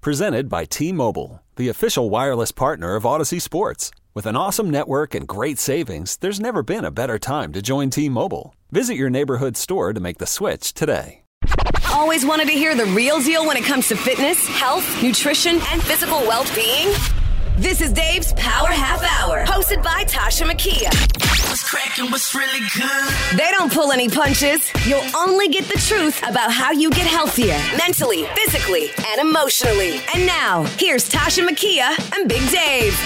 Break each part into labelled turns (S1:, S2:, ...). S1: Presented by T Mobile, the official wireless partner of Odyssey Sports. With an awesome network and great savings, there's never been a better time to join T Mobile. Visit your neighborhood store to make the switch today.
S2: Always wanted to hear the real deal when it comes to fitness, health, nutrition, and physical well being? This is Dave's Power Half Hour, hosted by Tasha Makia.
S3: What's cracking? What's really good?
S2: They don't pull any punches. You'll only get the truth about how you get healthier mentally, physically, and emotionally. And now, here's Tasha Makia and Big Dave.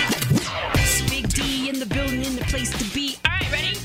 S4: It's Big D in the building, in the place to be. All right, ready?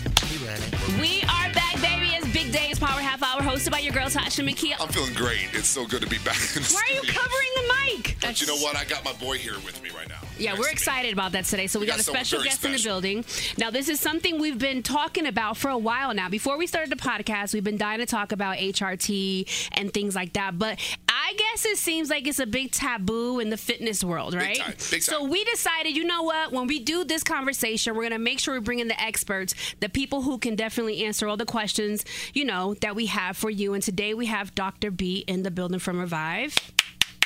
S4: We are back, baby. It's Big Day's Power Half Hour, hosted by your girl Tasha McKeel.
S5: I'm feeling great. It's so good to be back. In the
S4: Why are you
S5: studio.
S4: covering the mic?
S5: But you know what? I got my boy here with me right now.
S4: Yeah,
S5: Nice
S4: we're
S5: to meet
S4: excited about that today. So we,
S5: We
S4: got,
S5: got
S4: a
S5: someone
S4: special
S5: very
S4: guest in the
S5: special.
S4: building. Now, this is something we've been talking about for a while now. Before we started the podcast, we've been dying to talk about HRT and things like that. But I guess it seems like it's a big taboo in the fitness world, right?
S5: time, big
S4: So
S5: time.
S4: we decided, you know what? When we do this conversation, we're going to make sure we bring in the experts, the people who can definitely answer all the questions, you know, that we have for you. And today we have Dr. B in the building from Revive.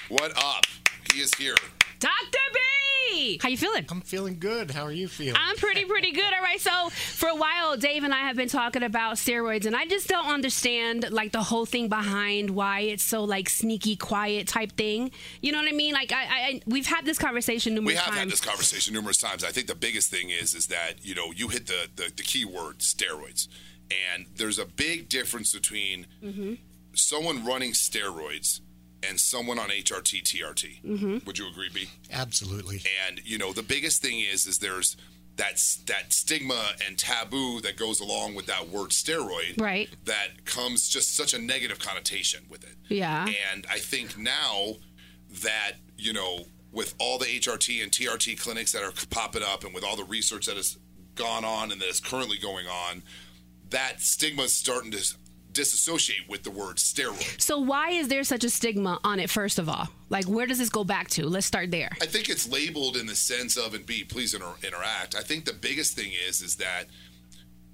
S5: you. What up? He is here.
S4: Dr. B! How you feeling?
S6: I'm feeling good. How are you feeling?
S4: I'm pretty, pretty good. All right. So for a while, Dave and I have been talking about steroids, and I just don't understand like the whole thing behind why it's so like sneaky, quiet type thing. You know what I mean? Like I, I we've had this conversation numerous
S5: We have
S4: times.
S5: had this conversation numerous times. I think the biggest thing is is that you know you hit the the, the key word steroids, and there's a big difference between
S4: Mm-hmm.
S5: someone running steroids and someone on HRT TRT.
S4: Mm-hmm.
S5: Would you agree, B?
S6: Absolutely.
S5: And you know, the biggest thing is is there's that s- that stigma and taboo that goes along with that word steroid.
S4: Right.
S5: That comes just such a negative connotation with it.
S4: Yeah.
S5: And I think now that you know, with all the HRT and TRT clinics that are popping up, and with all the research that has gone on and that is currently going on, that stigma is starting to s- disassociate with the word steroid.
S4: so why is there such a stigma on it? First of all, like where does this go back to? Let's start there.
S5: I think it's labeled in the sense of and B, please inter- interact. I think the biggest thing is is that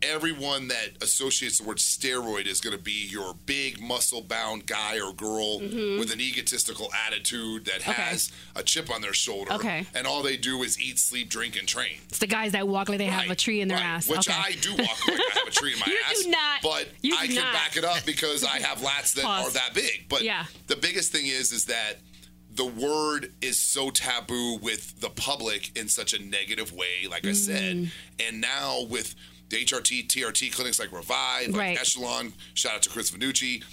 S5: everyone that associates the word steroid is going to be your big muscle bound guy or girl with an egotistical attitude that has a chip on their shoulder
S4: Okay.
S5: and all they do is eat, sleep, drink and train.
S4: It's the guys that walk like they have a
S5: Right,
S4: tree in their
S5: right.
S4: ass.
S5: Which
S4: okay.
S5: I do walk like I have a tree in my
S4: You
S5: ass.
S4: do not.
S5: But
S4: You
S5: I
S4: do
S5: can
S4: not.
S5: back it up because I have lats that
S4: Pause.
S5: are that big. But
S4: Yeah.
S5: the biggest thing is is that the word is so taboo with the public in such a negative way, like I
S4: Mm.
S5: said. And now with the HRT, TRT clinics like Revive, like
S4: Right.
S5: Echelon, shout out to Chris Venucci,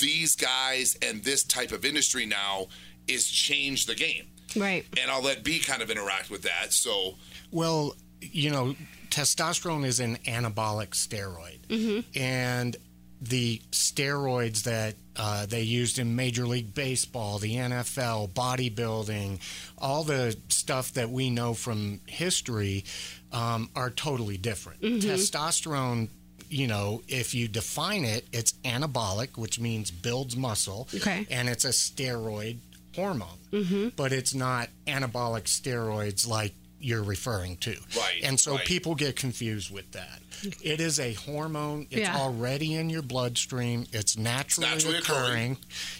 S5: these guys and this type of industry now is changed the game.
S4: right.
S5: And I'll let B kind of interact with that. So
S6: Well, you know, testosterone is an anabolic steroid.
S4: Mm-hmm.
S6: And the steroids that uh, they used in Major League Baseball, the NFL, bodybuilding, all the stuff that we know from history um, are totally different.
S4: Mm-hmm.
S6: Testosterone, you know, if you define it, it's anabolic, which means builds muscle.
S4: Okay.
S6: and it's a steroid hormone,
S5: Mm-hmm.
S6: but it's not anabolic steroids like you're referring to.
S5: Right,
S6: And so
S5: right.
S6: people get confused with that. It is a hormone. It's
S4: Yeah.
S6: already in your bloodstream. It's naturally,
S5: naturally
S6: occurring,
S5: occurring.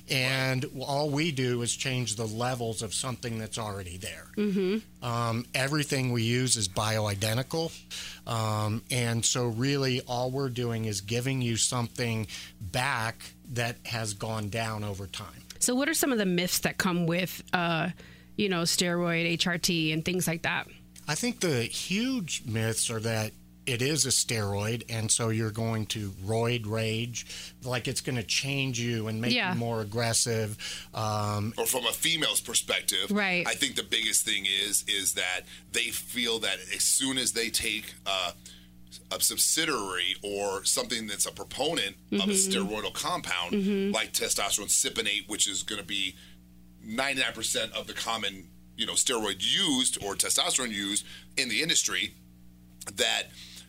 S6: and all we do is change the levels of something that's already there.
S5: Mm-hmm.
S6: Um, everything we use is bioidentical. Um, and so, really, all we're doing is giving you something back that has gone down over time.
S4: So what are some of the myths that come with, uh, you know, steroid, HRT, and things like that?
S6: I think the huge myths are that it is a steroid, and so you're going to roid rage, like it's going to change you and make
S4: Yeah.
S6: you more aggressive. Um,
S5: or from a female's perspective,
S4: Right.
S5: I think the biggest thing is is that they feel that as soon as they take uh, a subsidiary or something that's a proponent of a steroidal compound like testosterone cypionate, which is going to be 99% of the common, you know, steroid used or testosterone used in the industry that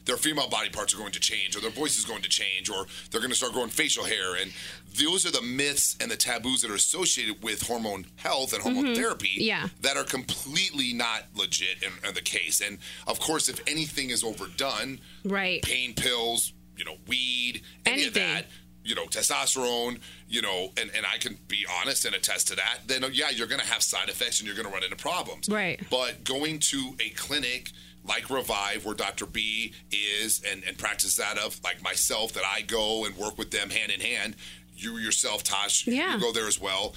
S5: their female body parts are going to change or their voice is going to change or they're going to start growing facial hair and those are the myths and the taboos that are associated with hormone health and hormone therapy
S4: Yeah.
S5: that are completely not legit in, in the case and of course if anything is overdone
S4: Right.
S5: pain pills, you know, weed, any of
S4: Anything.
S5: that, you know, testosterone, you know, and, and I can be honest and attest to that, then uh, yeah, you're going to have side effects and you're going to run into problems.
S4: Right.
S5: But going to a clinic like Revive, where Dr. B is and, and practice that of, like myself, that I go and work with them hand in hand, you yourself, Tosh,
S4: Yeah.
S5: you go there as well.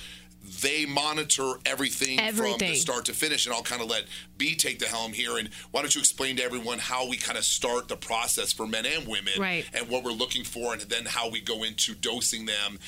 S5: They monitor everything, from the
S4: Everything.
S5: start to finish, and I'll kind of let B take the helm here. And why don't you explain to everyone how we kind of start the process for men and women,
S4: Right.
S5: and what we're looking for, and then how we go into dosing them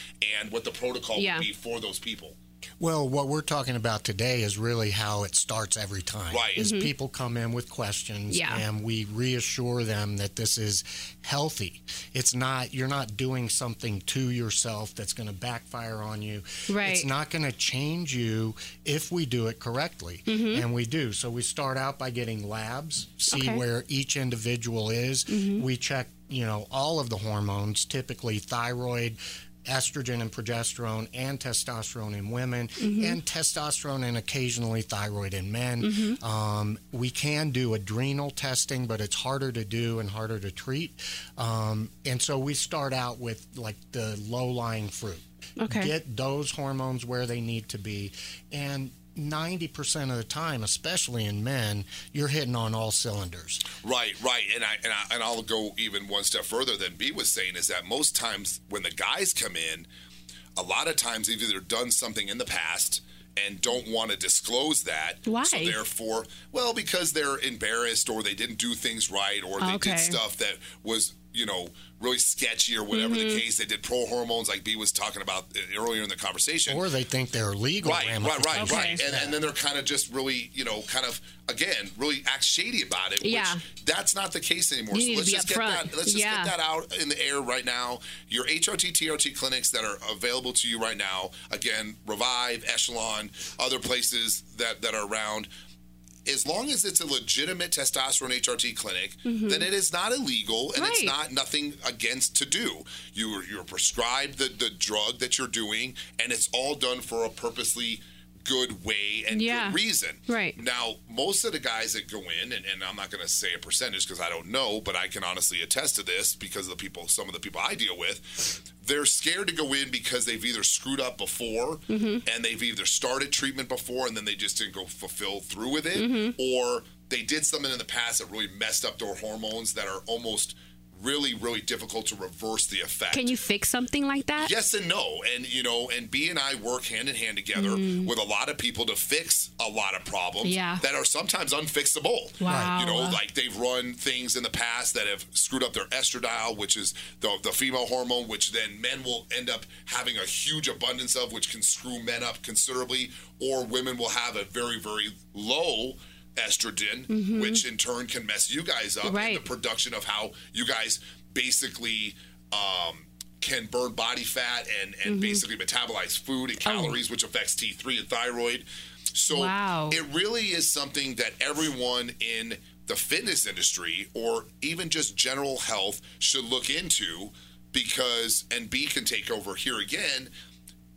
S5: and what the protocol
S4: Yeah.
S5: would be for those people.
S6: Well, what we're talking about today is really how it starts every time.
S5: Right.
S6: Is people come in with questions
S4: Mm-hmm. Yeah.
S6: and we reassure them that this is healthy. It's not you're not doing something to yourself that's going to backfire on you.
S4: Right.
S6: It's not going to change you if we do it correctly. And we do. So we start out by getting labs, see
S4: Okay.
S6: where each individual is. We check, you know, all of the hormones, typically thyroid, estrogen and progesterone and testosterone in women and testosterone and occasionally thyroid in men um, we can do adrenal testing but it's harder to do and harder to treat um, and so we start out with like the low-lying fruit
S4: Okay.
S6: get those hormones where they need to be and 90% of the time especially in men you're hitting on all cylinders
S5: Right, right, and I and I and I'll go even one step further than B was saying is that most times when the guys come in, a lot of times they've either done something in the past and don't want to disclose that.
S4: Why?
S5: So therefore, well, because they're embarrassed or they didn't do things right or they
S4: Okay.
S5: did stuff that was you know really sketchy or whatever
S4: Mm-hmm.
S5: the case. They did pro hormones like B was talking about earlier in the conversation.
S6: or they think they're legal
S5: Right, right, right, right.
S6: ramifications.
S5: And, and then they're kind of just really, you know, kind of again, really act shady about it.
S4: Yeah.
S5: which that's not the case anymore.
S4: You
S5: so
S4: need to
S5: let's
S4: be
S5: just get
S4: upfront.
S5: that. Let's just
S4: Yeah.
S5: get that out in the air right now. Your HRT, TRT clinics that are available to you right now. Again, Revive, Echelon, other places that that are around. As long as it's a legitimate testosterone HRT clinic, then it is not illegal and it's
S4: Mm-hmm. Right.
S5: not nothing against to do. You're you're prescribed the, the drug that you're doing, and it's all done for a purposely good way and
S4: Yeah.
S5: good reason.
S4: Right.
S5: Now, most of the guys that go in, and, and I'm not going to say a percentage because I don't know, but I can honestly attest to this because of the people, some of the people I deal with, they're scared to go in because they've either screwed up before
S4: Mm-hmm.
S5: and they've either started treatment before and then they just didn't go fulfill through with it,
S4: Mm-hmm.
S5: or they did something in the past that really messed up their hormones that are almost really, really difficult to reverse the effect.
S4: Can you fix something like that?
S5: Yes and no, and you know, and B and I work hand in hand together with a lot of people to fix a lot of problems
S4: Mm. Yeah.
S5: that are sometimes unfixable.
S4: Wow.
S5: You know, like they've run things in the past that have screwed up their estradiol, which is the the female hormone, which then men will end up having a huge abundance of, which can screw men up considerably, or women will have a very very low. Estrogen, which in turn can mess you guys up in
S4: Right.
S5: the production of how you guys basically um, can burn body fat and, and basically metabolize food and calories, which affects T3 and thyroid. So
S4: Wow.
S5: it really is something that everyone in the fitness industry or even just general health should look into because, and B can take over here again.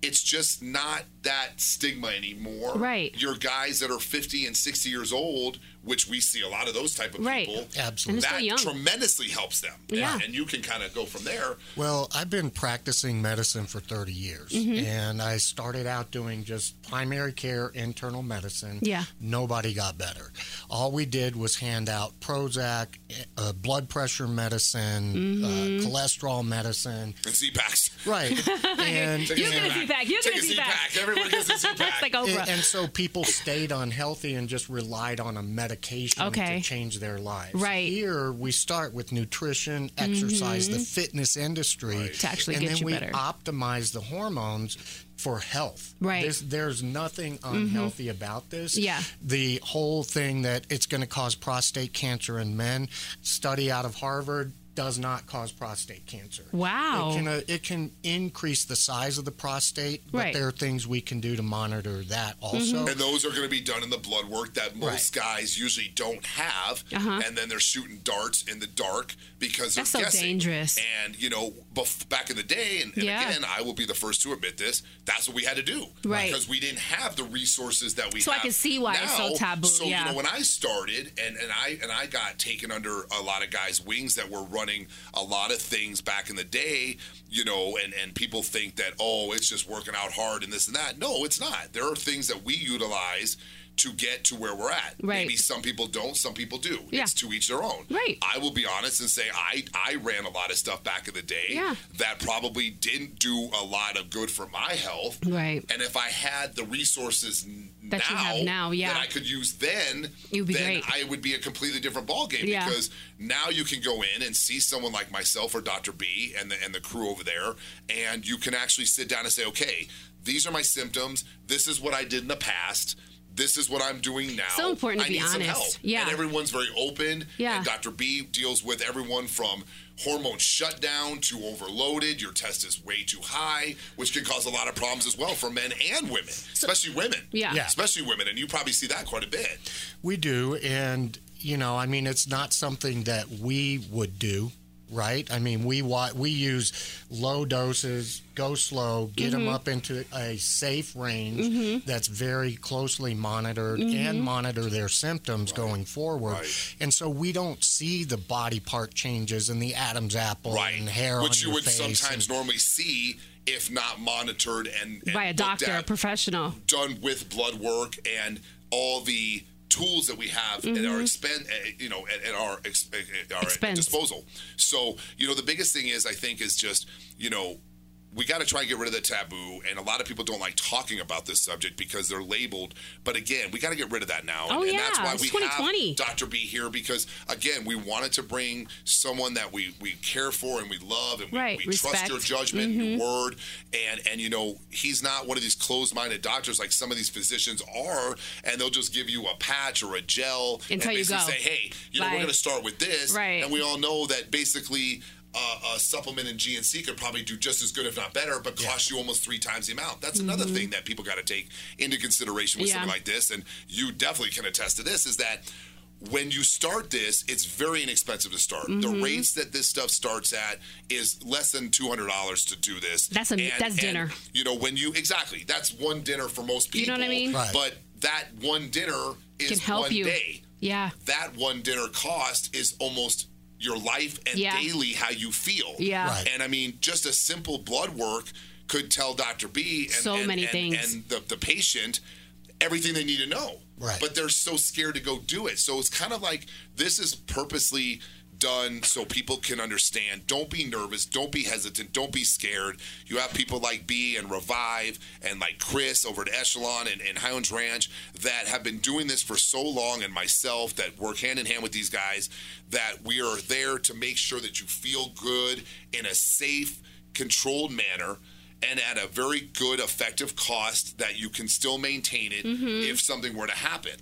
S5: It's just not that stigma anymore.
S4: Right.
S5: Your guys that are 50 and 60 years old, which we see a lot of those type of
S4: Right.
S5: people.
S6: Absolutely. And
S4: they're
S5: That
S4: still young.
S5: tremendously helps them. And-
S4: Yeah.
S5: And, you can kind of go from there.
S6: Well, I've been practicing medicine for 30 years,
S4: Mm-hmm.
S6: and I started out doing just primary care, internal medicine.
S4: Yeah.
S6: Nobody got better. All we did was hand out Prozac, uh, blood pressure medicine,
S4: Mm-hmm.
S6: uh, cholesterol medicine.
S5: And Z-Packs.
S6: Right. and
S5: Take a
S4: You're gonna
S5: Z-Pack.
S4: see back. You're
S5: Take
S4: gonna
S5: a
S4: see back.
S5: Z-Pack. Everyone gets a Z-Pack.
S4: That's like Oprah.
S6: And, and so people stayed unhealthy and just relied on a medication
S4: Okay.
S6: to change their lives.
S4: Right. Mm-hmm.
S6: Here we start with nutrition, exercise, the fitness industry
S4: To actually
S6: and
S4: get
S6: then
S4: you
S6: we
S4: better.
S6: optimize the hormones for health.
S4: Right. Mm-hmm.
S6: There's, there's nothing unhealthy about this.
S4: Yeah.
S6: The whole thing that it's going to cause prostate cancer in men. Study out of Harvard. does not cause prostate cancer.
S4: Wow.
S6: It can, uh, it can increase the size of the prostate, but
S4: Right.
S6: there are things we can do to monitor that also.
S5: And those are going to be done in the blood work that most guys usually don't have. And then they're shooting darts in the dark because
S4: Uh-huh.
S5: they're
S4: That's so
S5: guessing.
S4: dangerous.
S5: And, you know, bef- back in the day, and, and
S4: Yeah.
S5: again, I will be the first to admit this, that's what we had to do.
S4: Right.
S5: Because we didn't have the resources that we
S4: So I
S5: have
S4: can see why it's so
S5: now.
S4: taboo,
S5: So,
S4: yeah.
S5: you know, when I started and, and I and I got taken under a lot of guys' wings that were running a lot of things back in the day, you know, and, and people think that, oh, it's just working out hard and this and that. No, it's not. There are things that we utilize to get to where we're at.
S4: Right.
S5: Maybe some people don't, some people do.
S4: Yeah.
S5: It's to each their own.
S4: Right.
S5: I will be honest and say I, I ran a lot of stuff back in the day
S4: Yeah.
S5: that probably didn't do a lot of good for my health.
S4: Right.
S5: And if I had the resources n-
S4: That you have now, yeah.
S5: that I could use then,
S4: It would be
S5: then
S4: great.
S5: I would be a completely different ballgame
S4: Yeah.
S5: because now you can go in and see someone like myself or Dr. B and the and the crew over there, and you can actually sit down and say, okay, these are my symptoms. This is what I did in the past. This is what I'm doing now.
S4: So important to
S5: I
S4: be
S5: need Some
S4: honest.
S5: help.
S4: Yeah.
S5: And everyone's very open.
S4: Yeah.
S5: And Dr. B deals with everyone from hormone shutdown to overloaded. Your test is way too high, which can cause a lot of problems as well for men and women, especially women.
S4: Yeah. Yeah.
S5: Especially women. And you probably see that quite a bit.
S6: We do, and you know, I mean, it's not something that we would do, right? I mean, we wa- we use low doses, go slow, get them up into a safe range that's very closely monitored and monitor their symptoms going forward. And so we don't see the body part changes and the Adam's apple
S5: Right.
S6: and hair
S5: which
S6: on
S5: you
S6: your
S5: would
S6: face
S5: sometimes
S6: and-
S5: normally see if not monitored and, and
S4: by a
S5: looked
S4: doctor, a
S5: at.
S4: professional.
S5: done with blood work and all the tools that we have at our expen- eh, you know, at, at our, ex- eh, eh, our
S4: Mm-hmm. Expense.
S5: disposal. So, you know, the biggest thing is, I think, is just, you know, we got to try and get rid of the taboo. And a lot of people don't like talking about this subject because they're labeled. But again, we got to get rid of that now.
S4: Oh,
S5: and, and that's
S4: yeah,
S5: why
S4: it's
S5: we
S4: 2020.
S5: have Dr. B here because, again, we wanted to bring someone that we, we care for and we love and we,
S4: Right,
S5: we
S4: respect.
S5: trust your judgment,
S4: Mm-hmm.
S5: your word, and and you know he's not one of these closed-minded doctors like some of these physicians are, and they'll just give you a patch or a gel
S4: Until
S5: and
S4: you
S5: basically
S4: go.
S5: say, hey, you know
S4: Like-
S5: we're going to start with this,
S4: Right.
S5: and we all know that basically. Uh, a supplement in GNC could probably do just as good, if not better, but cost you almost three times the amount. That's another thing that people got to take into consideration with
S4: Mm-hmm. Yeah.
S5: something like this, and you definitely can attest to this: is that when you start this, it's very inexpensive to start.
S4: Mm-hmm.
S5: The rates that this stuff starts at is less than two hundred dollars to do this.
S4: That's a- that's dinner.
S5: You know when you exactly that's one dinner for most
S4: You
S5: people.
S4: know what I mean?
S6: Right.
S5: But that one dinner is
S4: Can help
S5: one
S4: you.
S5: day.
S4: Yeah.
S5: That one dinner cost is almost your life and
S4: Yeah.
S5: daily how you feel.
S4: Yeah.
S6: Right.
S5: And I mean, just a simple blood work could tell Dr. B and,
S4: So
S5: and-
S4: many
S5: and-
S4: things.
S5: and the, the patient everything they need to know.
S6: Right.
S5: But they're so scared to go do it. So it's kind of like this is purposely done so people can understand. Don't be nervous. Don't be hesitant. Don't be scared. You have people like B and Revive and like Chris over at Echelon and, and Highlands Ranch that have been doing this for so long and myself that work hand in hand with these guys that we are there to make sure that you feel good in a safe, controlled manner and at a very good effective cost that you can still maintain it if something were to happen.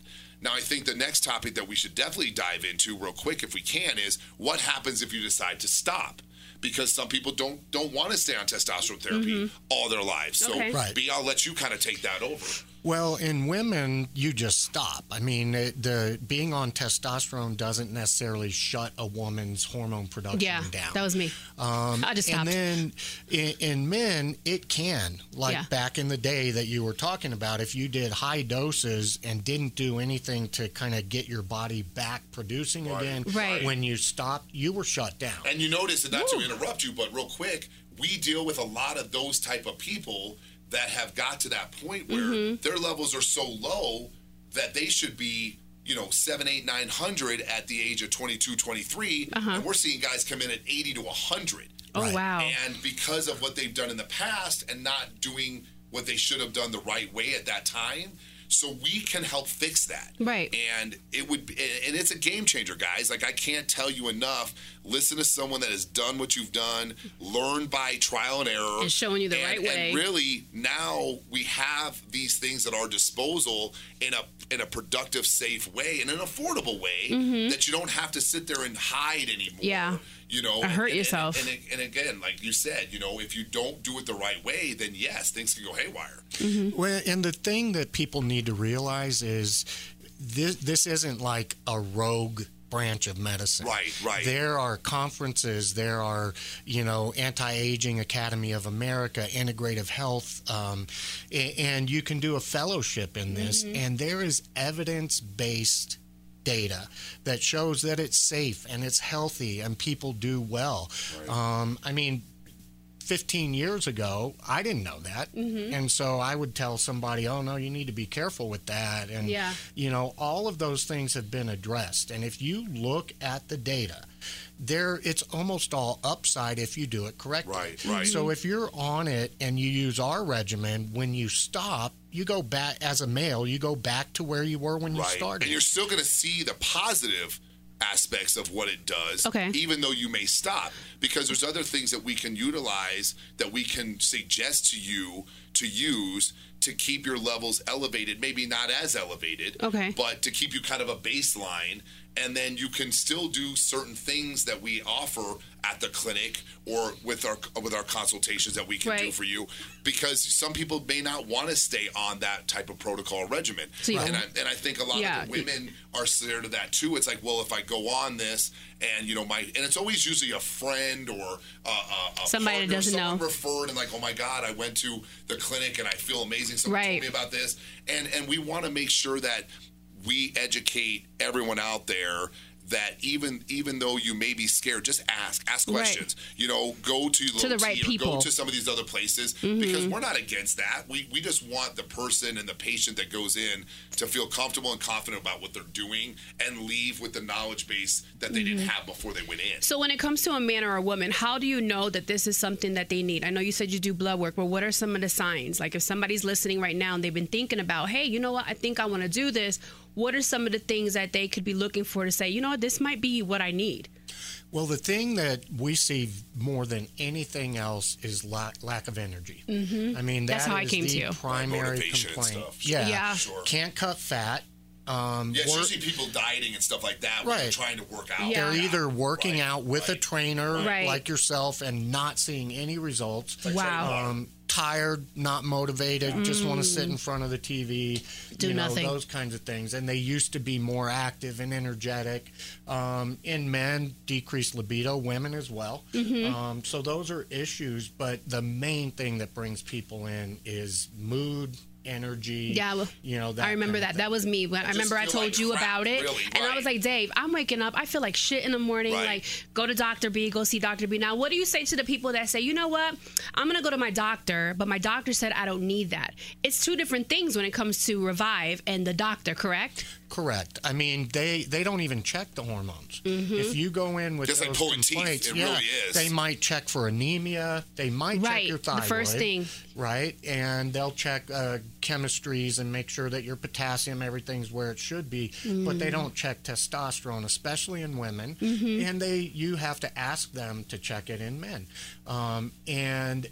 S5: Now, I think the next topic that we should definitely dive into real quick if we can is what happens if you decide to stop? Because some people don't don't want to stay on testosterone therapy all their lives. So,
S4: Okay.
S6: Right.
S5: B, I'll let you kind of take that over.
S6: Well, in women, you just stop. I mean, it, the being on testosterone doesn't necessarily shut a woman's hormone production
S4: Yeah.
S6: down. Um,
S4: That was me. I just stopped.
S6: And then in, in men, it can. Like
S4: Yeah.
S6: back in the day that you were talking about, if you did high doses and didn't do anything to kind of get your body back producing again,
S4: Right.
S6: when you stopped, you were shut down.
S5: And you notice, and not to interrupt you, but real quick, we deal with a lot of those type of people that have got to that point where their levels are so low that they should be, you know, seven, eight, nine hundred at the age of 22, 23. And we're seeing guys come in at 80 to 100.
S4: oh, wow.
S5: And because of what they've done in the past and not doing what they should have done the right way at that time. So we can help fix that.
S4: Right.
S5: And it would be, and it's a game changer, guys. Like I can't tell you enough. Listen to someone that has done what you've done, learn by trial and error.
S4: And showing you the right way.
S5: And really now we have these things at our disposal in a in a productive, safe way, in an affordable way that you don't have to sit there and hide
S4: Mm-hmm.
S5: anymore.
S4: Yeah.
S5: you know,
S7: Or Uh, hurt
S5: and- and-
S7: yourself.
S5: And, and, and again, like you said, you know, if you don't do it the right way, then yes, things can go haywire.
S6: Well, and the thing that people need to realize is this this isn't like a rogue branch of medicine.
S5: Right, right.
S6: There are conferences, there are, you know, Anti-Aging Academy of America, Integrative Health, um, a- and you can do a fellowship in this and there is evidence-based data that shows that it's safe and it's healthy and people do well. Um, I mean, 15 years ago, I didn't know that. And so I would tell somebody, oh, no, you need to be careful with that. And,
S4: Yeah.
S6: you know, all of those things have been addressed. And if you look at the data, there it's almost all upside if you do it correctly.
S5: Right, right.
S6: So if you're on it and you use our regimen, when you stop, you go back as a male, you go back to where you were when you started.
S5: And you're still going to see the positive aspects of what it does,
S4: Okay.
S5: even though you may stop, because there's other things that we can utilize that we can suggest to you to use to keep your levels elevated, maybe not as elevated,
S4: Okay.
S5: but to keep you kind of a baseline. And then you can still do certain things that we offer at the clinic or with our with our consultations that we can do
S4: Right.
S5: for you, because some people may not want to stay on that type of protocol regimen.
S4: So you
S5: and,
S4: don't-
S5: I, and I think a lot
S7: Yeah.
S5: of the women are scared of that too. It's like, well, if I go on this, and you know, my and it's always usually a friend or uh, a, a
S4: Somebody that
S5: partner,
S4: doesn't
S5: someone
S4: know.
S5: referred, and like, oh my god, I went to the clinic and I feel amazing. Someone told
S4: Right.
S5: me about this, and and we want to make sure that we educate everyone out there. That even even though you may be scared, just ask ask questions. You know, go to
S4: the
S5: Little
S4: right
S5: T or Go
S4: people.
S5: to some of these other places
S4: Mm-hmm.
S5: because we're not against that. We we just want the person and the patient that goes in to feel comfortable and confident about what they're doing and leave with the knowledge base that they didn't have before they went in.
S4: Mm-hmm. So when it comes to a man or a woman, how do you know that this is something that they need? I know you said you do blood work, but what are some of the signs? Like if somebody's listening right now and they've been thinking about, hey, you know what, I think I want to do this. What are some of the things that they could be looking for to say, you know what, this might be what I need?
S6: Well, the thing that we see more than anything else is lack, lack of energy. Mm-hmm. I mean,
S4: That's
S6: that
S4: how I
S6: is
S4: came
S6: the
S4: to you.
S6: primary
S5: Motivation and
S6: complaint.
S5: stuff. Sure,
S6: Yeah.
S4: Yeah.
S5: sure.
S6: can't cut fat. Um,
S5: Yeah, it's
S6: work-
S5: usually people dieting and stuff like that. When
S6: Right.
S5: they're trying to work out.
S4: Yeah.
S6: they're either working
S5: Right,
S6: out with a
S5: right.
S6: trainer
S4: Right.
S6: like yourself and not seeing any results.
S4: Wow.
S6: Um, tired, not motivated, just want to sit in
S4: Mm.
S6: front of the TV,
S7: Do
S6: you know,
S7: nothing.
S6: those kinds of things. And they used to be more active and energetic. Um, in men, decreased libido, women as well.
S4: Mm-hmm.
S6: Um, so those are issues, but the main thing that brings people in is mood, energy.
S4: Yeah, well,
S6: you know, that
S4: I remember
S6: kind
S4: that.
S6: of
S4: That was me. When I remember I
S5: feel
S4: told
S5: like
S4: you
S5: crap,
S4: about it,
S5: really,
S4: and I was
S5: right.
S4: like, Dave, I'm waking up. I feel like shit in the morning.
S5: Right.
S4: Like, go to Doctor B. Go see Doctor B. Now, what do you say to the people that say, you know what, I'm gonna go to my doctor, but my doctor said I don't need that. It's two different things when it comes to Revive and the doctor, correct?
S6: Correct. I mean, they they don't even check the hormones.
S4: Mm-hmm.
S6: If you go in with
S5: Just like
S6: those
S5: pulling teeth,
S6: complaints,
S5: it
S6: yeah,
S5: really is.
S6: they might check for anemia. They might
S4: Right,
S6: check your
S4: the
S6: thyroid.
S4: first thing.
S6: Right, and they'll check uh, chemistries and make sure that your potassium, everything's where it should be. But
S4: Mm.
S6: they don't check testosterone, especially in women.
S4: Mm-hmm.
S6: And they you have to ask them to check it in men. Um, and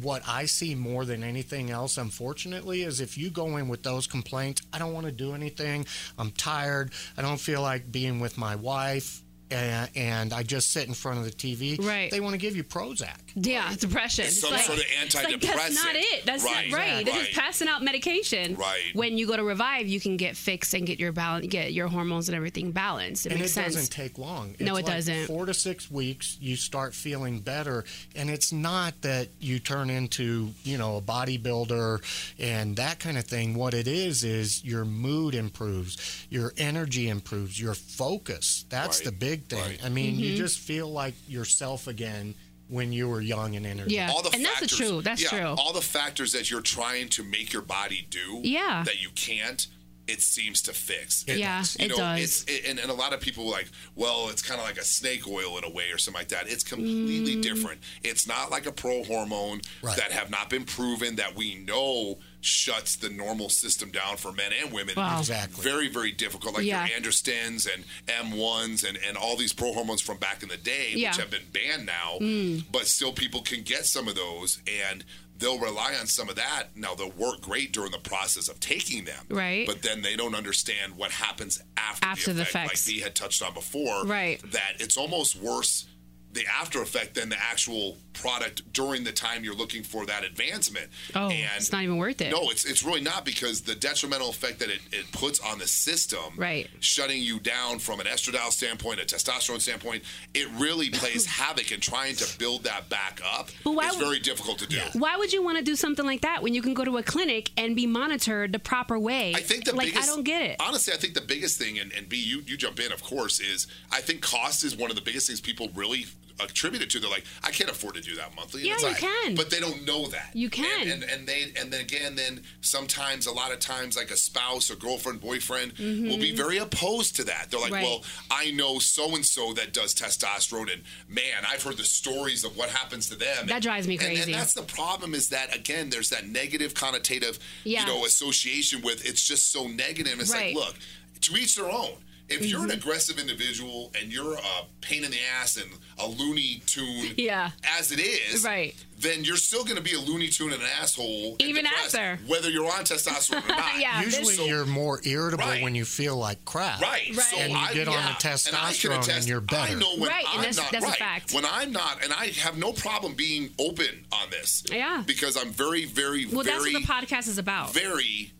S6: what I see more than anything else, unfortunately, is if you go in with those complaints, I don't want to do anything. I'm tired. I don't feel like being with my wife. And, and I just sit in front of the TV.
S7: Right.
S6: They want to give you Prozac.
S4: Yeah, depression.
S5: It's some sort of
S4: it's like, that's not
S5: antidepressant.
S4: it. That's
S5: Right,
S4: not right. This
S5: right.
S4: is passing out medication.
S5: Right.
S4: When you go to Revive, you can get fixed and get your balance, get your hormones and everything balanced. It
S6: and
S4: makes
S6: it
S4: sense.
S6: doesn't take long.
S4: No,
S6: It's
S4: it
S6: like
S4: doesn't.
S6: Four to six weeks, you start feeling better, and it's not that you turn into you know a bodybuilder and that kind of thing. What it is is your mood improves, your energy improves, your focus. That's
S5: Right.
S6: the big thing.
S5: Right.
S6: I mean,
S4: Mm-hmm.
S6: you just feel like yourself again when you were young and energetic.
S4: Yeah.
S5: all the
S4: and that's
S5: factors,
S4: the true. That's
S5: yeah,
S4: true.
S5: All the factors that you're trying to make your body do,
S4: Yeah.
S5: that you can't. It seems to fix.
S4: Yeah,
S5: you
S4: it
S5: know,
S4: does.
S5: It's, it, and, and a lot of people like, well, it's kind of like a snake oil in a way or something like that. It's completely
S4: Mm.
S5: different. It's not like a pro hormone
S6: Right.
S5: that have not been proven that we know shuts the normal system down for men and women.
S4: Wow.
S6: Exactly.
S5: Very, very difficult. Like
S4: Yeah.
S5: your androstens and M1s and, and all these pro hormones from back in the day,
S4: Yeah. Mm.
S5: which have been banned now, but still people can get some of those and they'll rely on some of that. Now they'll work great during the process of taking them.
S4: Right.
S5: But then they don't understand what happens after,
S7: After
S5: the,
S7: the
S5: effect,
S7: effects.
S5: like Dee had touched on before.
S7: Right.
S5: That it's almost worse the after effect than the actual product during the time you're looking for that advancement.
S4: Oh,
S5: and
S4: it's not even worth it.
S5: No, it's it's really not because the detrimental effect that it, it puts on the system,
S4: Right.
S5: shutting you down from an estradiol standpoint, a testosterone standpoint, it really plays havoc and trying to build that back up
S4: But why
S5: is
S4: would-
S5: very difficult to do.
S4: Why would you want to do something like that when you can go to a clinic and be monitored the proper way?
S5: I think the
S4: like
S5: biggest,
S4: I don't get it.
S5: Honestly, I think the biggest thing, and, and B, you, you jump in, of course, is I think cost is one of the biggest things people really attribute it to. They're like, I can't afford to do that monthly. And
S4: Yeah,
S5: it's
S4: you
S5: like-
S4: can.
S5: But they don't know that.
S4: You can.
S5: And, and, and they and then again, then sometimes a lot of times like a spouse or girlfriend, boyfriend will be very opposed to that. They're like,
S4: Mm-hmm. Right.
S5: well, I know so and so that does testosterone, and man, I've heard the stories of what happens to them.
S4: That drives me
S5: And- and
S4: crazy.
S5: that's the problem is that again, there's that negative connotative,
S4: Yeah.
S5: you know, association with it's just so negative. It's
S4: Right. Mm-hmm.
S5: like, look, to each their own. If you're an aggressive individual and you're a pain in the ass and a loony tune,
S4: Yeah.
S5: as it is,
S4: Right.
S5: Then you're still going to be a loony tune and an asshole, and
S4: Even
S5: depressed,
S4: after.
S5: whether you're on testosterone or not.
S4: Yeah, this-
S6: Usually, you're more irritable
S5: Right.
S6: when you feel like crap.
S5: Right. So
S4: And
S6: you
S5: I,
S6: get on
S5: yeah.
S6: the
S5: And I can
S6: testosterone and
S5: attest-
S6: you're
S5: I
S6: better.
S5: know when
S4: Right, and
S5: I'm
S4: that's-
S5: not
S4: that's a
S5: right.
S4: fact.
S5: When I'm not, and I have no problem being open on this.
S4: Yeah.
S5: Because I'm very, very,
S4: well, that's
S5: very,
S4: what the podcast is about.
S5: very.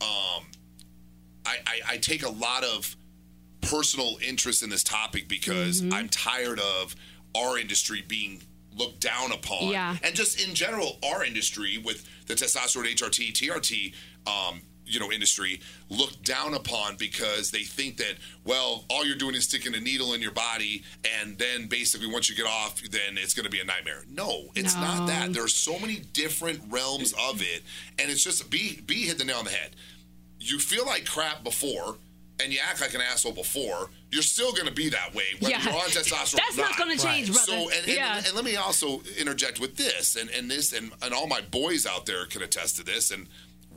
S5: Um, I, I I take a lot of personal interest in this topic because I'm tired of our industry being looked down upon.
S4: Yeah.
S5: And just in general, our industry with the testosterone HRT, TRT, um, you know, industry looked down upon because they think that, well, all you're doing is sticking a needle in your body and then basically once you get off, then it's gonna be a nightmare. No, it's not that. There are so many different realms of it. And it's just B B hit the nail on the head you feel like crap before and you act like an asshole before, you're still going to be that way whether
S4: Yeah.
S5: you're on testosterone
S4: That's
S5: or
S4: not
S5: not.
S4: gonna change, Right. brother.
S5: So, and, and,
S4: Yeah.
S5: and let me also interject with this, and, and this, and, and all my boys out there can attest to this, and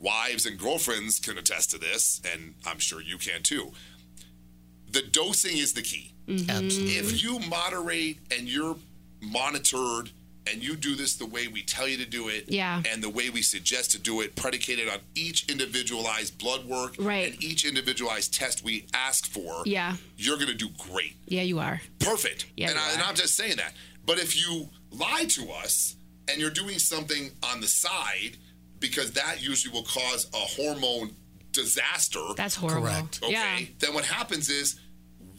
S5: wives and girlfriends can attest to this, and I'm sure you can too. The dosing is the key.
S4: Mm-hmm.
S6: Absolutely.
S5: If you moderate and you're monitored and you do this the way we tell you to do it
S4: Yeah.
S5: and the way we suggest to do it, predicated on each individualized blood work
S4: Right.
S5: and each individualized test we ask for,
S4: Yeah.
S5: you're going to do great.
S4: Yeah, you are.
S5: Perfect.
S4: Yeah,
S5: and,
S4: you
S5: I, and
S4: are.
S5: I'm just saying that. But if you lie to us and you're doing something on the side, because that usually will cause a hormone disaster
S4: That's horrible.
S6: Correct.
S5: okay,
S4: Yeah.
S5: then what happens is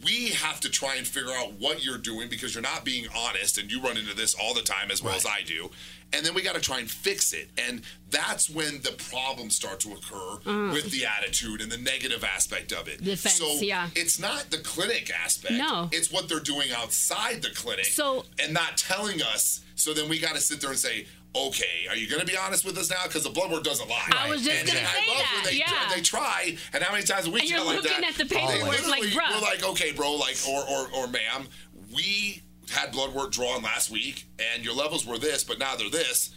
S5: we have to try and figure out what you're doing because you're not being honest and you run into this all the time as well as I do. And then we got to try and fix it. And that's when the problems start to occur
S4: Mm.
S5: with the attitude and the negative aspect of it.
S4: Defense,
S5: so
S4: yeah.
S5: it's not the clinic aspect.
S4: No.
S5: It's what they're doing outside the clinic
S4: So-
S5: and not telling us. So then we got to sit there and say, okay, are you going to be honest with us now? Because the blood work doesn't lie.
S4: I was just
S5: And-
S4: gonna
S5: and I
S4: say
S5: love
S4: that,
S5: When they,
S4: yeah.
S5: they try, and how many times a week
S4: And you're
S5: got like
S4: looking
S5: that.
S4: at the paperwork,
S5: Literally,
S4: like, bruh.
S5: We're like, okay, bro, like, or, or, or, ma'am, we had blood work drawn last week, and your levels were this, but now they're this.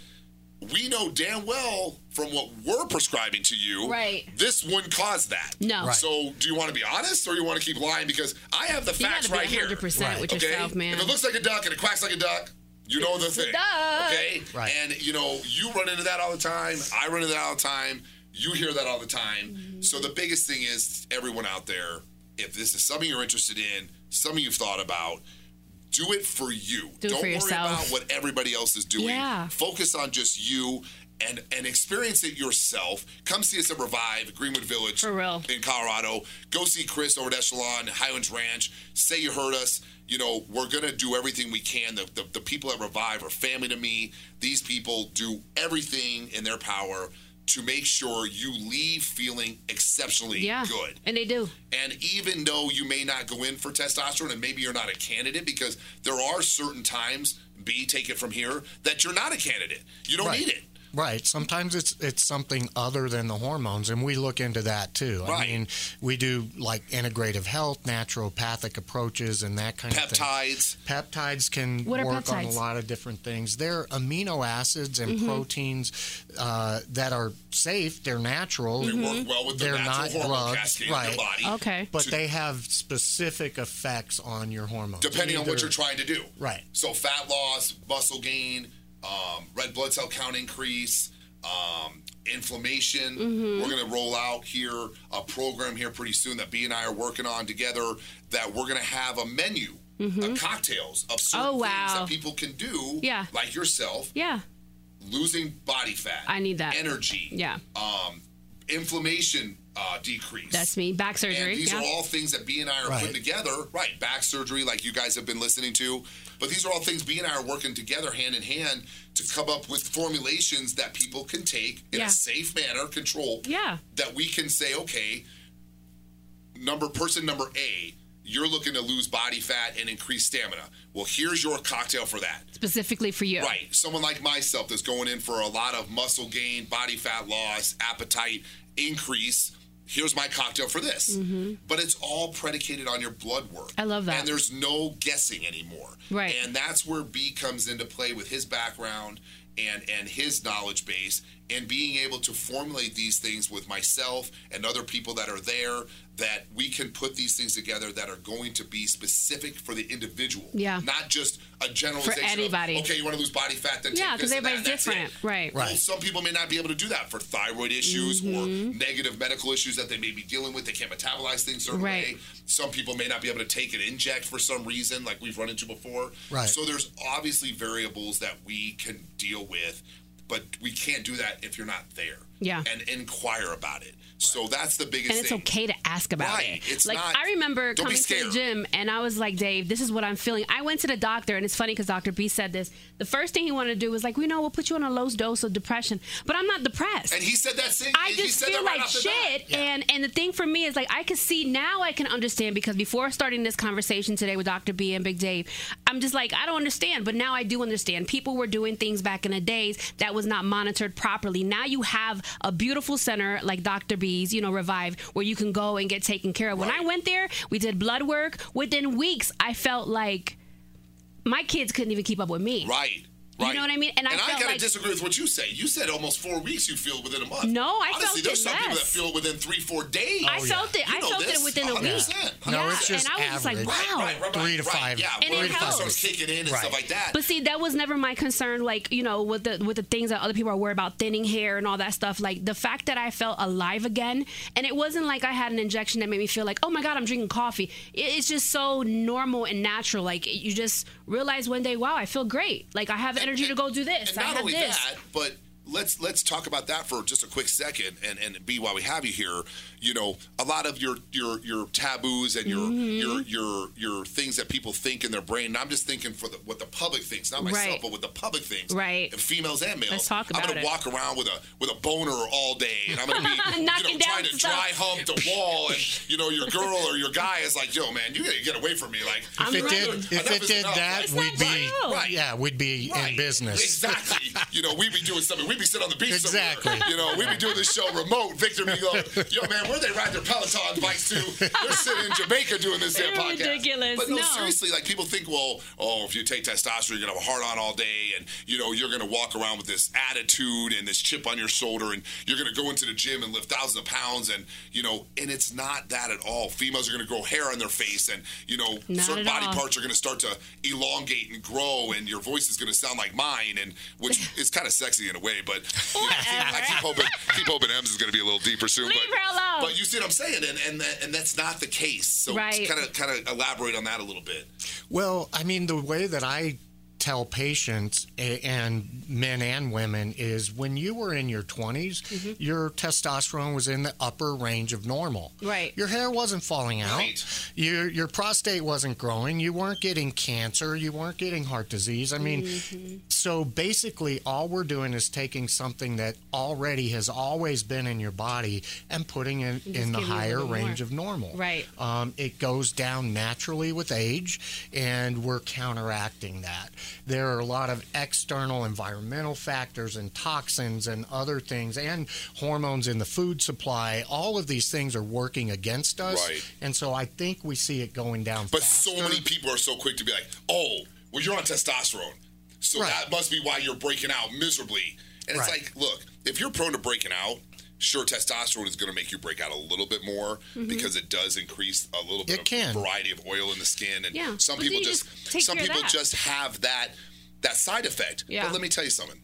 S5: We know damn well from what we're prescribing to you,
S4: Right.
S5: This wouldn't cause that.
S4: No. Right.
S5: So, do you want to be honest, or you want to keep lying? Because I have the
S4: You got
S5: facts
S4: to be
S5: right here.
S4: 100% with
S5: Okay?
S4: yourself, man.
S5: If it looks like a duck and it quacks like a duck, you know the thing.
S4: duck.
S5: Okay?
S6: Right.
S5: And you know, you run into that all the time. I run into that all the time. You hear that all the time.
S4: Mm-hmm.
S5: So the biggest thing is everyone out there, if this is something you're interested in, something you've thought about, do it for you.
S4: Do it
S5: not
S4: for
S5: worry
S4: yourself.
S5: about what everybody else is doing.
S4: Yeah.
S5: Focus on just you and and experience it yourself. Come see us at Revive, Greenwood Village
S4: For real.
S5: in Colorado. Go see Chris over at Echelon, Highlands Ranch. Say you heard us. You know, we're going to do everything we can. The, the, the people at Revive are family to me. These people do everything in their power to make sure you leave feeling exceptionally
S4: Yeah.
S5: good.
S4: And they do.
S5: And even though you may not go in for testosterone and maybe you're not a candidate, because there are certain times, B, take it from here, that you're not a candidate. You don't
S6: Right.
S5: need it.
S6: Right. Sometimes it's it's something other than the hormones, and we look into that too. I
S5: Right.
S6: mean, we do like integrative health, naturopathic approaches, and that kind of thing.
S5: Peptides.
S6: Peptides can
S4: What are
S6: work on a
S4: peptides? Mm-hmm.
S6: lot of different things. They're amino acids and proteins uh, that are safe. They're natural.
S5: They work well with the
S6: They're
S5: natural
S6: not
S5: hormone
S6: drugs,
S5: cascade in
S6: right.
S5: your body.
S4: Mm-hmm. Okay.
S6: But they have specific effects on your hormones.
S5: depending on what
S6: Either-
S5: you're trying to do.
S6: Right.
S5: So fat loss, muscle gain, um, red blood cell count increase, um, inflammation.
S4: Mm-hmm.
S5: We're going to roll out here a program here pretty soon that B and I are working on together that we're going to have a menu uh, cocktails of certain
S4: Mm-hmm. Oh,
S5: things
S4: wow.
S5: that people can do,
S4: Yeah.
S5: like yourself,
S4: Yeah.
S5: losing body fat.
S4: I need that.
S5: Energy.
S4: Yeah.
S5: Um, inflammation uh, decrease.
S4: That's me. Back surgery.
S5: And these
S4: yeah.
S5: are all things that B and I are
S6: Right.
S5: putting together. Right, back surgery, like you guys have been listening to. But these are all things B and I are working together hand in hand to come up with formulations that people can take in
S4: Yeah.
S5: a safe manner, control.
S4: Yeah.
S5: That we can say, okay, number person number A, you're looking to lose body fat and increase stamina. Well, here's your cocktail for that.
S4: Specifically for you.
S5: Right. Someone like myself that's going in for a lot of muscle gain, body fat loss, appetite increase. Here's my cocktail for this. But it's all predicated on your blood work.
S4: Mm-hmm. I love that.
S5: And there's no guessing anymore.
S4: Right.
S5: And that's where B comes into play with his background and and his knowledge base and being able to formulate these things with myself and other people that are there that we can put these things together that are going to be specific for the individual.
S4: Yeah.
S5: Not just a generalization. of,
S4: anybody.
S5: okay, you want to lose body fat, then
S4: Yeah,
S5: take this
S4: because
S5: and that,
S4: everybody's
S5: and that's it.
S4: different. Right.
S6: Right.
S5: Well, some people may not be able to do that for thyroid issues
S4: Mm-hmm.
S5: or negative medical issues that they may be dealing with. They can't metabolize things certain
S4: Right.
S5: way. Some people may not be able to take an inject for some reason, like we've run into before.
S6: Right.
S5: So there's obviously variables that we can deal with, but we can't do that if you're not there.
S4: Yeah.
S5: And inquire about it. So that's the biggest
S4: And it's
S5: thing.
S4: okay to ask about
S5: Right.
S4: it.
S5: It's
S4: like
S5: not-
S4: I remember
S5: don't be
S4: coming to the
S5: scared.
S4: gym and I was like, Dave, this is what I'm feeling. I went to the doctor and it's funny because Dr. B said this. The first thing he wanted to do was like, we know we'll put you on a low dose of depression, but I'm not depressed.
S5: And he said that same
S4: I
S5: he
S4: just
S5: said
S4: feel
S5: that right
S4: like
S5: off the bat.
S4: shit. And and the thing for me is like I can see now I can understand because before starting this conversation today with Dr. B and Big Dave, I'm just like, I don't understand, but now I do understand. People were doing things back in the days that was not monitored properly. Now you have a beautiful center like Dr. B's, you know, Revive, where you can go and get taken care of. When I went there, we did blood work. Within weeks, I felt like my kids couldn't even keep up with me.
S5: Right.
S4: You
S5: Right.
S4: know what I mean? And I felt
S5: gotta
S4: like-
S5: disagree with what you say. You said almost four weeks. You feel within a month.
S4: No, I
S5: Honestly,
S4: felt
S5: there's
S4: it
S5: some people that
S4: less.
S5: feel within three, four days.
S4: I felt it.
S5: You
S4: I
S5: know
S4: felt
S5: this,
S4: it within a
S5: 100%.
S4: week.
S6: Oh, No,
S4: yeah,
S6: it's just
S4: and I was just like,
S6: average.
S4: wow.
S5: Right, right,
S6: Three to
S5: right.
S6: five.
S5: Yeah,
S4: And
S5: where
S4: it
S5: it
S4: helps.
S5: starts kicking in and
S6: Right.
S5: stuff like that.
S4: But see, that was never my concern. Like you know, with the with the things that other people are worried about, thinning hair and all that stuff. Like the fact that I felt alive again, and it wasn't like I had an injection that made me feel like, oh my god, I'm drinking coffee. It- It's just so normal and natural. Like you just realize one day, wow, I feel great. Like I have energy to go do this.
S5: and
S4: I
S5: not
S4: have
S5: only
S4: this.
S5: that, but let's let's talk about that for just a quick second, and and be while we have you here. You know, a lot of your your your taboos and your
S4: Mm-hmm.
S5: your your your things that people think in their brain. And I'm just thinking for the, what the public thinks, not myself,
S4: Right.
S5: but what the public thinks.
S4: Right.
S5: And females and males.
S4: Let's talk
S5: I'm
S4: about
S5: gonna
S4: it.
S5: walk around with a with a boner all day, and I'm gonna be you know,
S4: Knocking down
S5: trying to
S4: stuff.
S5: dry hump the wall, and you know your girl or your guy is like, yo, man, you gotta get away from me, like.
S4: I'm
S6: If it
S4: right.
S6: did,
S4: Enough
S6: if it
S5: is
S6: did
S5: enough.
S6: that,
S5: It's
S4: not
S6: we'd be
S4: true.
S5: Right.
S6: yeah, we'd be in
S5: Right.
S6: business.
S5: Exactly. you know, we'd be doing something. We'd be sitting on the beach
S6: Exactly.
S5: somewhere. You know, we'd be doing this show remote. Victor be going, yo, man, where they ride their Peloton bikes to? They're sitting in Jamaica doing this damn
S4: They're
S5: podcast.
S4: ridiculous.
S5: But no,
S4: No.
S5: seriously, like people think, well, oh, if you take testosterone, you're going to have a heart on all day and, you know, you're going to walk around with this attitude and this chip on your shoulder and you're going to go into the gym and lift thousands of pounds and, you know, and it's not that at all. Females are going to grow hair on their face and, you know,
S4: Not at
S5: certain body
S4: all.
S5: parts parts are going to start to elongate and grow, and your voice is going to sound like mine, and which is kind of sexy in a way. But you know, I keep- I keep hoping, keep hoping M's is going to be a little deeper soon.
S4: Leave
S5: but,
S4: her alone.
S5: But you see what I'm saying, and and that, and that's not the case. So
S4: Right.
S5: kind of kind of elaborate on that a little bit.
S6: Well, I mean, the way that I tell patients a- and men and women is when you were in your 20s,
S4: Mm-hmm.
S6: your testosterone was in the upper range of normal.
S4: Right.
S6: Your hair wasn't falling out.
S5: Right.
S6: Your your prostate wasn't growing. You weren't getting cancer. You weren't getting heart disease. I mean,
S4: Mm-hmm.
S6: so basically all we're doing is taking something that already has always been in your body and putting it in the
S4: giving it a
S6: higher
S4: little bit
S6: range
S4: more.
S6: of normal.
S4: Right.
S6: Um, it goes down naturally with age, and we're counteracting that. There are a lot of external environmental factors and toxins and other things, and hormones in the food supply. All of these things are working against us.
S5: Right.
S6: And so I think we see it going down
S5: But
S6: faster.
S5: so many people are so quick to be like, "Oh, well, you're on testosterone, so
S6: Right.
S5: that must be why you're breaking out miserably." And it's
S6: Right.
S5: like, look, if you're prone to breaking out, sure, testosterone is going to make you break out a little bit more
S4: Mm-hmm.
S5: because it does increase a little bit
S6: It
S5: of
S6: can.
S5: variety of oil in the skin, and
S4: Yeah,
S5: some
S4: but then
S5: people
S4: you
S5: just,
S4: just take
S5: some
S4: care of
S5: people
S4: that.
S5: just have that that side effect.
S4: Yeah.
S5: But let me tell you something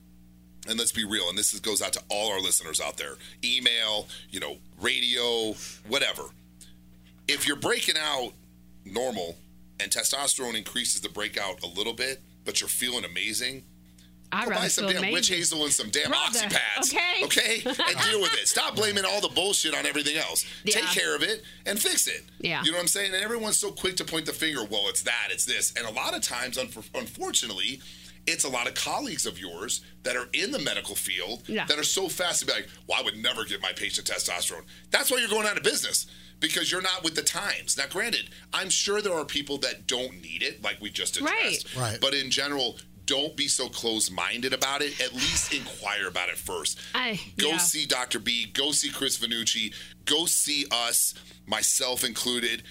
S5: and let's be real, and this is, goes out to all our listeners out there email, you know, radio, whatever. If you're breaking out normal and testosterone increases the breakout a little bit, but you're feeling amazing.
S4: I
S5: Go buy
S4: rather
S5: some
S4: feel
S5: damn witch
S4: amazing.
S5: hazel and some damn
S4: Brother,
S5: oxy pads.
S4: okay?
S5: Okay? And deal with it. Stop blaming all the bullshit on everything else. Take
S4: Yeah.
S5: care of it and fix it.
S4: Yeah.
S5: You know what I'm saying? And everyone's so quick to point the finger, well, it's that, it's this. And a lot of times, unfor- unfortunately, it's a lot of colleagues of yours that are in the medical field
S4: Yeah.
S5: that are so fast to be like, well, I would never give my patient testosterone. That's why you're going out of business because you're not with the times. Now, granted, I'm sure there are people that don't need it, like we just addressed.
S6: Right. Right.
S5: But in general, don't be so closed-minded about it. At least inquire about it first.
S4: I-
S5: go
S4: yeah.
S5: see Dr. B. Go see Chris Vanucci. Go see us, myself included.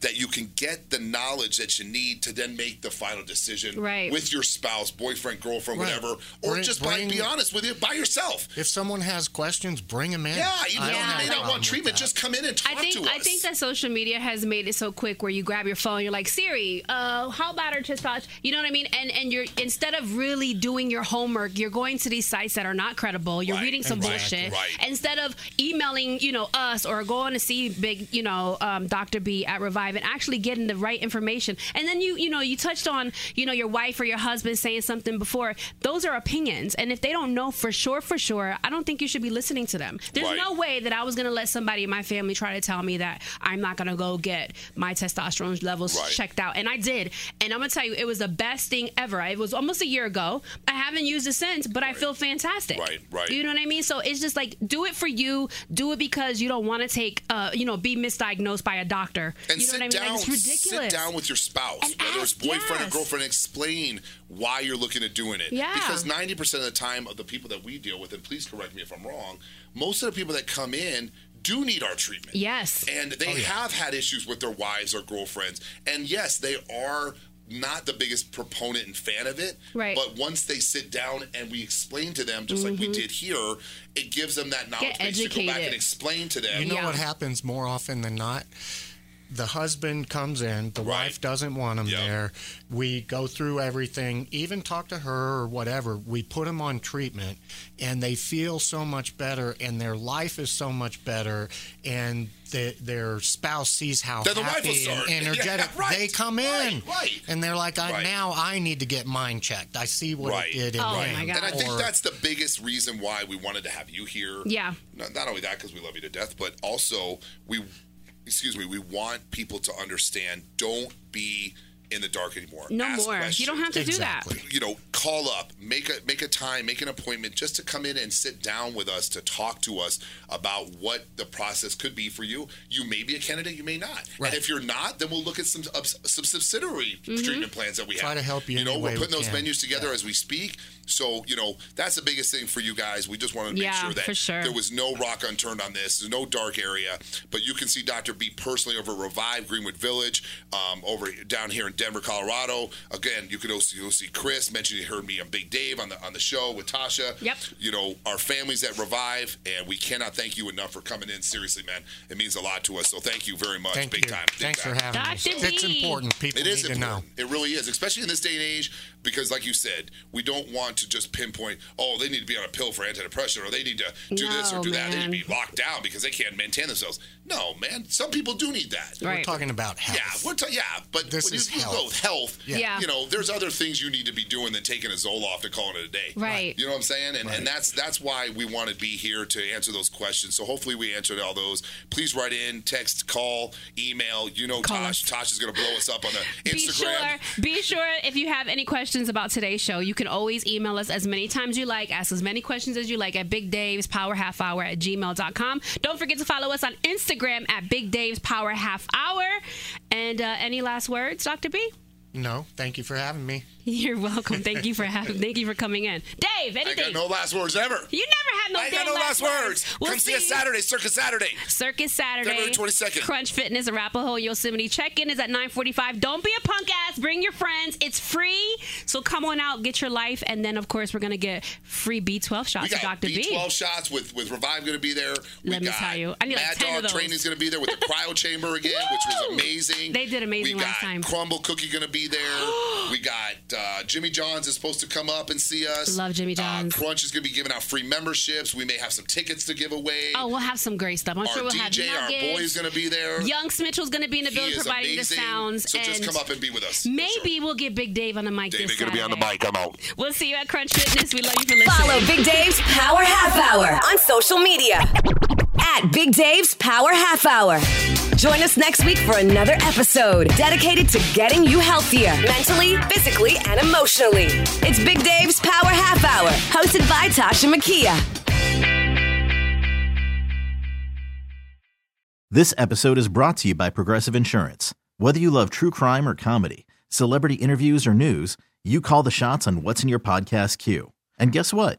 S5: That you can get the knowledge that you need to then make the final decision
S4: Right.
S5: with your spouse, boyfriend, girlfriend,
S6: Right.
S5: whatever, or
S6: Bring-
S5: just by,
S6: bring-
S5: be honest with it by yourself.
S6: If someone has questions, bring them in.
S5: Yeah, you know,
S6: I don't
S4: Yeah.
S6: have a
S5: you may not
S6: problem
S5: want
S6: with
S5: treatment.
S6: that.
S5: Just come in and talk
S4: I think
S5: to us.
S4: I think that social media has made it so quick where you grab your phone, you're like Siri, uh, how about our testosterone? You know what I mean? And and you're instead of really doing your homework, you're going to these sites that are not credible. You're
S5: Right,
S4: reading some
S5: exactly.
S4: bullshit
S5: Right.
S4: instead of emailing you know us or going to see big you know um, Dr. B at Revive and actually getting the right information. And then you you know you touched on you know your wife or your husband saying something before. Those are opinions, and if they don't know for sure for sure, I don't think you should be listening to them. There's
S5: Right.
S4: no way way that I was going to let somebody in my family try to tell me that I'm not going to go get my testosterone levels
S5: Right.
S4: checked out. And I did. And I'm going to tell you, it was the best thing ever. It was almost a year ago. I haven't used it since, but I feel fantastic.
S5: Right, right.
S4: You know what I mean? So it's just like, do it for you. Do it because you don't want to take, uh, you know, be misdiagnosed by a doctor.
S5: and
S4: you know
S5: sit
S4: what I mean?
S5: down,
S4: Like, it's ridiculous.
S5: sit down with your spouse,
S4: And
S5: whether it's
S4: ask,
S5: boyfriend or
S4: yes.
S5: girlfriend, explain why you're looking at doing it.
S4: Yeah.
S5: Because 90% of the time of the people that we deal with, and please correct me if I'm wrong, most of the people that come in do need our treatment.
S4: Yes.
S5: And
S6: Oh,
S5: they have had issues with their wives or girlfriends. And yes, they are not the biggest proponent and fan of it.
S4: Right. Mm-hmm.
S5: But once they sit down and we explain to them, just like we did here, it gives them that knowledge base to go back
S4: educated.
S5: and explain to them.
S6: You know
S4: Yeah.
S6: what happens more often than not? The husband comes in, the
S5: Right.
S6: wife doesn't want him
S5: Yep.
S6: there. We go through everything, even talk to her or whatever. We put them on treatment, and they feel so much better, and their life is so much better, and the, their spouse sees how
S5: Then the wife
S6: happy
S5: will
S6: and
S5: start.
S6: energetic
S5: Yeah, right,
S6: they come in,
S5: right, right.
S6: and they're like, I,
S5: Right.
S6: "Now I need to get mine checked. I see what
S5: Right,
S6: it did." In
S4: Oh
S6: him.
S4: my God.
S5: And I think
S6: Or-
S5: that's the biggest reason why we wanted to have you here.
S4: Yeah.
S5: Not, not only that, because we love you to death, but also we, excuse me, we want people to understand. Don't be in the dark anymore.
S4: no
S5: Ask
S4: more. You don't
S5: questions.
S4: have to do
S6: Exactly.
S4: that.
S5: You know, call up, make a make a time, make an appointment just to come in and sit down with us to talk to us about what the process could be for you. You may be a candidate, you may not.
S6: Right.
S5: And if you're not, then we'll look at some ups- some subsidiary
S4: Mm-hmm.
S5: treatment plans that we
S6: Try
S5: have.
S6: to help you
S5: You
S6: in
S5: know,
S6: any
S5: we're
S6: way we
S5: putting those
S6: can.
S5: menus together as we speak. So you know, that's the biggest thing for you guys. We just wanted to make
S4: Yeah,
S5: sure that
S4: for sure.
S5: there was no rock unturned on this. There's no dark area, but you can see Dr. B personally over at Revive Greenwood Village, um, over down here in Denver, Colorado. Again, you could also you'll see Chris. Mentioned you heard me on Big Dave on the on the show with Tasha.
S4: Yep.
S5: You know our families at Revive, and we cannot thank you enough for coming in. Seriously, man, it means a lot to us. So thank you very much.
S6: Thank
S5: big
S6: you.
S5: time. Big
S6: Thanks
S5: time.
S6: for having
S4: Dr.
S6: me. It's
S4: B.
S6: important. People
S5: It is
S6: need to know.
S5: important. It really is, especially in this day and age, because like you said, we don't want to just pinpoint, oh, they need to be on a pill for antidepressant, or they need to do this or
S4: No,
S5: do that. They need
S4: man.
S5: to be locked down because they can't maintain themselves. No, man. Some people do need that.
S4: Right.
S6: We're talking about health.
S5: Yeah, we're ta- yeah, but
S6: This
S5: when you,
S6: is
S5: you go
S6: health.
S5: with health,
S4: Yeah.
S5: you know, there's other things you need to be doing than taking a Zoloft and calling it a day.
S4: Right.
S5: You know what I'm saying? And, and that's that's why we want to be here to answer those questions. So hopefully we answered all those. Please write in, text, call, email. You know,
S4: Call us.
S5: Tosh. Tosh is going to blow us up on the Instagram.
S4: Be sure, be sure if you have any questions about today's show, you can always email us as many times you like, ask as many questions as you like at Big Dave's Power Half Hour at gmail.com. Don't forget to follow us on Instagram at Big Dave's Power Half Hour. And uh, any last words, Dr. B?
S6: No, thank you for having me.
S4: You're welcome. Thank you for having, thank you for coming in, Dave.
S5: I
S4: Anything?
S5: got no last words ever.
S4: you never had no.
S5: I ain't
S4: damn
S5: got no last words.
S4: We'll
S5: Come see us
S4: you.
S5: Saturday, Circus Saturday.
S4: Circus Saturday,
S5: February 22nd.
S4: Crunch Fitness, Arapahoe, Yosemite. Check-in is at 9:45. Don't be a punk ass. Bring your friends. It's free, so come on out, get your life, and then of course we're gonna get free B12 shots
S5: We
S4: with
S5: got
S4: Dr. B.
S5: B12 shots with with Revive going to be there. We
S4: Let me
S5: got
S4: tell you, I need like
S5: Mad
S4: 10 of
S5: Dog
S4: those.
S5: Training's going to be there with the cryo chamber again, which was
S4: Woo!
S5: amazing.
S4: They did amazing
S5: we got
S4: last time.
S5: Crumble Cookie going to be there. we got Uh, Jimmy John's is supposed to come up and see us.
S4: Love Jimmy John's.
S5: Uh, Crunch is going to be giving out free memberships. We may have some tickets to give away.
S4: Oh, we'll have some great stuff. I'm
S5: our
S4: sure we'll have
S5: DJ, our
S4: nuggets.
S5: boy, is going to be there.
S4: Young Smitchell's going to be in the
S5: He
S4: building
S5: is
S4: providing
S5: amazing.
S4: the sounds.
S5: So
S4: and
S5: just come up and be with us. for sure.
S4: Maybe we'll get Big Dave on the mic
S5: Dave
S4: this
S5: ain't going to be on the
S4: Saturday.
S5: mic. I'm out.
S4: We'll see you at Crunch Fitness. We love you for listening.
S2: Follow Big Dave's Power Half Hour on social media at Big Dave's Power Half Hour. Join us next week for another episode dedicated to getting you healthier mentally, physically, and emotionally. It's Big Dave's Power Half Hour, hosted by Tasha Makia.
S7: This episode is brought to you by Progressive Insurance. Whether you love true crime or comedy, celebrity interviews or news, you call the shots on what's in your podcast queue. And guess what?